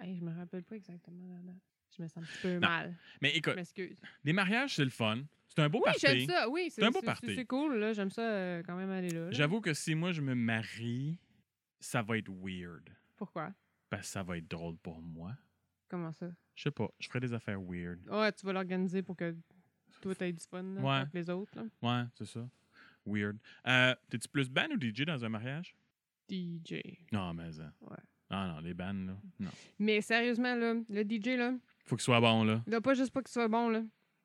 Speaker 2: âge.
Speaker 1: Hey, je me rappelle pas exactement la date. Je me sens un petit peu
Speaker 2: Non.
Speaker 1: mal.
Speaker 2: Mais écoute,
Speaker 1: Je m'excuse.
Speaker 2: des mariages, c'est le fun. C'est un beau
Speaker 1: Oui,
Speaker 2: party.
Speaker 1: j'aime ça. Oui, c'est
Speaker 2: C'est un beau
Speaker 1: c'est-
Speaker 2: party.
Speaker 1: c'est- C'est cool, là. J'aime ça euh, quand même aller là. là.
Speaker 2: J'avoue que si moi je me marie, ça va être weird.
Speaker 1: Pourquoi?
Speaker 2: Parce que ça va être drôle pour moi.
Speaker 1: Comment ça?
Speaker 2: Je sais pas, je ferais des affaires weird.
Speaker 1: Ouais, tu vas l'organiser pour que toi, t'aies du fun là,
Speaker 2: Ouais.
Speaker 1: avec les autres. Là.
Speaker 2: Ouais, c'est ça. Weird. Euh, T'es-tu plus ban ou DJ dans un mariage?
Speaker 1: DJ.
Speaker 2: Non, mais. euh,
Speaker 1: Ouais.
Speaker 2: Ah non, les bannes, là. Non.
Speaker 1: Mais sérieusement, là, le DJ, là,
Speaker 2: Faut qu'il soit bon, là.
Speaker 1: il doit pas juste pas qu'il soit bon, là.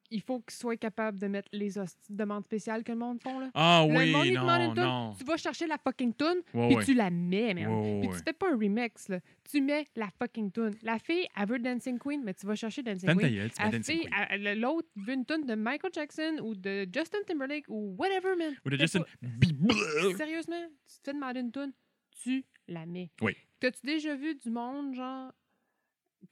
Speaker 1: Il faut qu'il soit capable de mettre les hosties de demandes spéciales que le monde font, là.
Speaker 2: Ah
Speaker 1: Le
Speaker 2: oui,
Speaker 1: monde, il demande une
Speaker 2: non,
Speaker 1: toune,
Speaker 2: non.
Speaker 1: Tu vas chercher la fucking tune,
Speaker 2: Ouais,
Speaker 1: puis
Speaker 2: ouais.
Speaker 1: tu la mets, man.
Speaker 2: Ouais,
Speaker 1: Puis
Speaker 2: ouais,
Speaker 1: tu fais pas un remix, là. Tu mets la fucking tune. La fille, elle veut Dancing Queen, mais tu vas chercher Dancing
Speaker 2: Ferme ta
Speaker 1: Queen.
Speaker 2: gueule, tu
Speaker 1: La
Speaker 2: mets Dancing
Speaker 1: fille,
Speaker 2: Queen.
Speaker 1: elle- elle- l'autre veut une tune de Michael Jackson ou de Justin Timberlake ou whatever, man.
Speaker 2: Ou de
Speaker 1: Fais
Speaker 2: Justin.
Speaker 1: pas-
Speaker 2: Euh.
Speaker 1: Sérieusement, tu te fais demander une toune, tu la mets.
Speaker 2: Oui.
Speaker 1: T'as-tu déjà vu du monde, genre,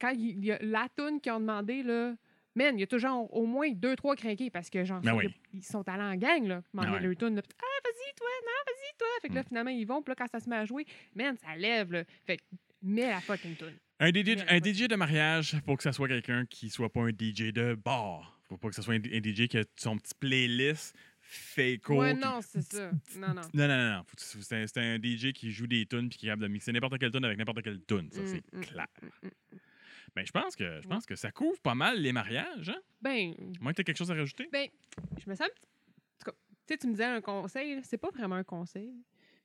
Speaker 1: quand il y a la toune qu'ils ont demandé, là, man, il y a toujours au moins deux, trois craqués parce que, genre,
Speaker 2: Ben
Speaker 1: sont-
Speaker 2: oui.
Speaker 1: ils sont allés en gang, là, pour demander
Speaker 2: Ben Hmm.
Speaker 1: leur toune, là, puis, ah, vas-y, toi, non, vas-y, toi. Fait que là, finalement, ils vont, puis là, quand ça se met à jouer, man, ça lève, là. Fait que, mets la fucking toune.
Speaker 2: Un DJ,
Speaker 1: Mais
Speaker 2: un
Speaker 1: ouais.
Speaker 2: DJ de mariage, faut que ça soit quelqu'un qui soit pas un DJ de bar. Faut pas que ça soit un, un DJ qui a son petit playlist fake
Speaker 1: Ouais, non, c'est ça. Non, non.
Speaker 2: Non, non, non. non. Faut que ce- C'est un, c'est un DJ qui joue des tunes puis qui est capable de mixer n'importe quelle tune avec n'importe quelle tune. Ça,
Speaker 1: Mm,
Speaker 2: c'est
Speaker 1: mm,
Speaker 2: clair.
Speaker 1: mm, mm.
Speaker 2: Mais je pense que je pense que ça couvre pas mal les mariages. Hein?
Speaker 1: Ben,
Speaker 2: Moi, t'as quelque chose à rajouter?
Speaker 1: je me sens. un petit- en tout cas, Tu sais, tu me disais un conseil, là, c'est pas vraiment un conseil.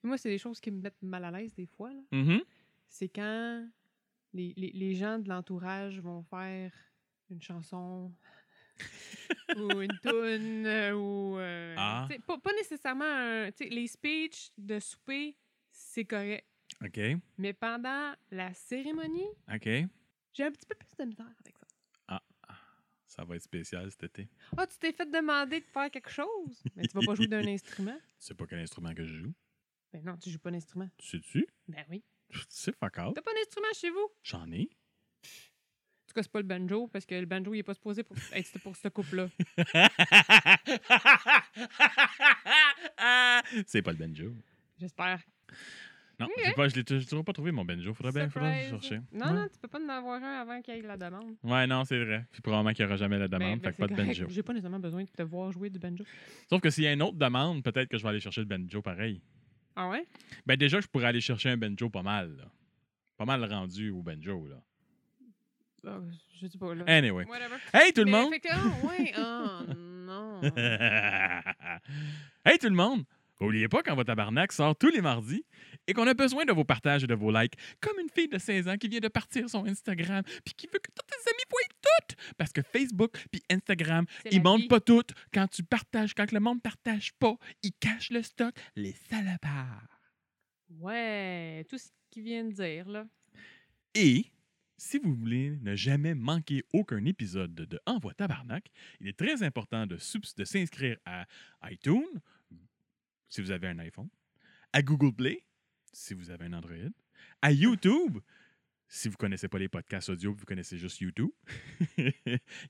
Speaker 1: Mais Moi, c'est des choses qui me mettent mal à l'aise des fois. là.
Speaker 2: Mhm.
Speaker 1: C'est quand les, les- les gens de l'entourage vont faire une chanson ou une toune euh, ou. euh,
Speaker 2: Ah.
Speaker 1: tu sais, Pas, pas nécessairement un. tu sais, Les speeches de souper, c'est correct.
Speaker 2: OK.
Speaker 1: Mais pendant la cérémonie,
Speaker 2: OK.
Speaker 1: j'ai un petit peu plus de misère avec ça.
Speaker 2: Ça va être spécial cet été.
Speaker 1: Ah, tu t'es fait demander de faire quelque chose, mais tu vas pas jouer d'un instrument.
Speaker 2: Tu sais pas quel instrument que je joue.
Speaker 1: Ben non, tu joues pas d'instrument.
Speaker 2: Tu sais-tu?
Speaker 1: Ben oui.
Speaker 2: Tu sais, fuck out.
Speaker 1: T'as pas d'instrument chez vous?
Speaker 2: J'en ai.
Speaker 1: En tout cas, c'est pas le banjo, parce que le banjo, il est pas supposé pour être pour ce couple-là.
Speaker 2: c'est pas le banjo.
Speaker 1: J'espère.
Speaker 2: Non,
Speaker 1: Ok.
Speaker 2: j'ai pas, je l'ai tou- j'ai toujours pas trouvé mon banjo. Faudrait bien faudrait que je
Speaker 1: Surprise.
Speaker 2: chercher.
Speaker 1: Non,
Speaker 2: ouais.
Speaker 1: non, tu peux pas en avoir un avant qu'il y ait la demande.
Speaker 2: Ouais, non, c'est vrai. Puis probablement qu'il n'y aura jamais la
Speaker 1: Ben,
Speaker 2: demande,
Speaker 1: ben,
Speaker 2: fait que pas
Speaker 1: c'est
Speaker 2: de
Speaker 1: correct.
Speaker 2: banjo.
Speaker 1: J'ai pas nécessairement besoin de te voir jouer du banjo.
Speaker 2: Sauf que s'il y a une autre demande, peut-être que je vais aller chercher le banjo pareil.
Speaker 1: Ah ouais?
Speaker 2: Ben déjà, je pourrais aller chercher un banjo pas mal, là. Pas mal rendu au banjo, là.
Speaker 1: Ah, je sais pas, là.
Speaker 2: Anyway.
Speaker 1: Whatever.
Speaker 2: Hey Hein. tout
Speaker 1: Mais
Speaker 2: le monde!
Speaker 1: fait que, ah, ouais, ah, non.
Speaker 2: hey tout le monde! N'oubliez pas qu'en votre tabarnak sort tous les mardis et qu'on a besoin de vos partages et de vos likes, comme une fille de 16 ans qui vient de partir son Instagram puis qui veut que tous tes amis voient toutes! Parce que Facebook puis Instagram,
Speaker 1: C'est
Speaker 2: ils
Speaker 1: la vie.
Speaker 2: montent pas toutes. Quand tu partages, quand le monde partage pas, ils cachent le stock, les salopards.
Speaker 1: Ouais, tout ce qu'il vient de dire, là.
Speaker 2: Et si vous voulez ne jamais manquer aucun épisode de Envoi Tabarnak, il est très important de, subs- de s'inscrire à iTunes, si vous avez un iPhone, à Google Play, si vous avez un Android, à YouTube, si vous ne connaissez pas les podcasts audio, vous connaissez juste YouTube. il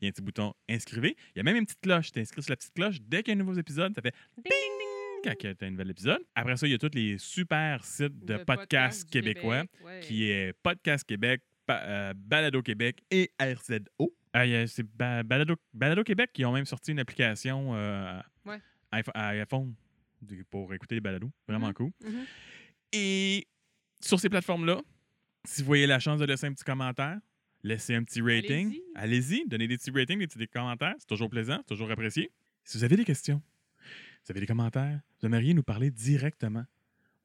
Speaker 2: y a un petit bouton Inscrivez. Il y a même une petite cloche. Tu t'inscris sur la petite cloche. Dès qu'il y a un nouveau épisode, ça fait
Speaker 1: Ding, ding, ding.
Speaker 2: quand tu as un nouvel épisode. Après ça, il y a tous les super sites de
Speaker 1: Le
Speaker 2: podcasts
Speaker 1: podcast du
Speaker 2: québécois
Speaker 1: Québec, ouais.
Speaker 2: qui est Podcast Québec, Pa- euh, Balado Québec et RZO. Ah, il y a- c'est Ba- Balado, Balado Québec qui ont même sorti une application euh,
Speaker 1: Ouais.
Speaker 2: iPho- à iPhone du- pour écouter les balados. Vraiment
Speaker 1: Mhm.
Speaker 2: cool.
Speaker 1: Mhm.
Speaker 2: Et sur ces plateformes-là, si vous voyez la chance de laisser un petit commentaire, laissez un petit rating. Allez-y, donnez des petits ratings, des petits commentaires. C'est toujours plaisant, c'est toujours apprécié. Si vous avez des questions, si vous avez des commentaires, vous aimeriez nous parler directement,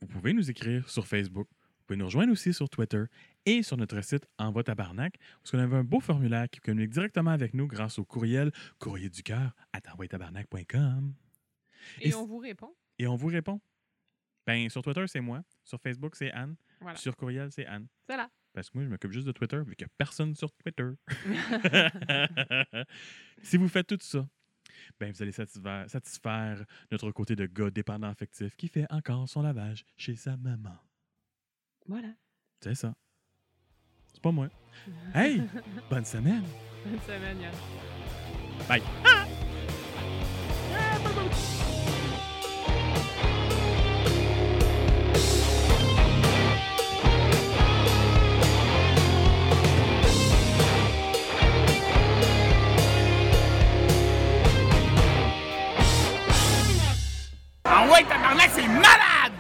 Speaker 2: vous pouvez nous écrire sur Facebook. Vous pouvez nous rejoindre aussi sur Twitter et sur notre site Envoi Tabarnak, parce qu'on avait un beau formulaire qui communique directement avec nous grâce au courriel courrier du cœur à envoyetabarnak.com.
Speaker 1: Et
Speaker 2: Et
Speaker 1: on vous répond.
Speaker 2: Et on vous répond. Ben, sur Twitter, c'est moi. Sur Facebook, c'est Anne.
Speaker 1: Voilà.
Speaker 2: Sur courriel, c'est Anne.
Speaker 1: C'est là.
Speaker 2: Parce que moi, je m'occupe juste de Twitter, vu qu'il n'y a personne sur Twitter. si vous faites tout ça, ben vous allez satisfaire, satisfaire notre côté de gars dépendant affectif qui fait encore son lavage chez sa maman.
Speaker 1: Voilà.
Speaker 2: C'est ça. C'est pas moi. Hey, bonne semaine!
Speaker 1: Bonne semaine, Yann.
Speaker 2: Bye.
Speaker 1: Ah ouais, tabarnak, c'est malade!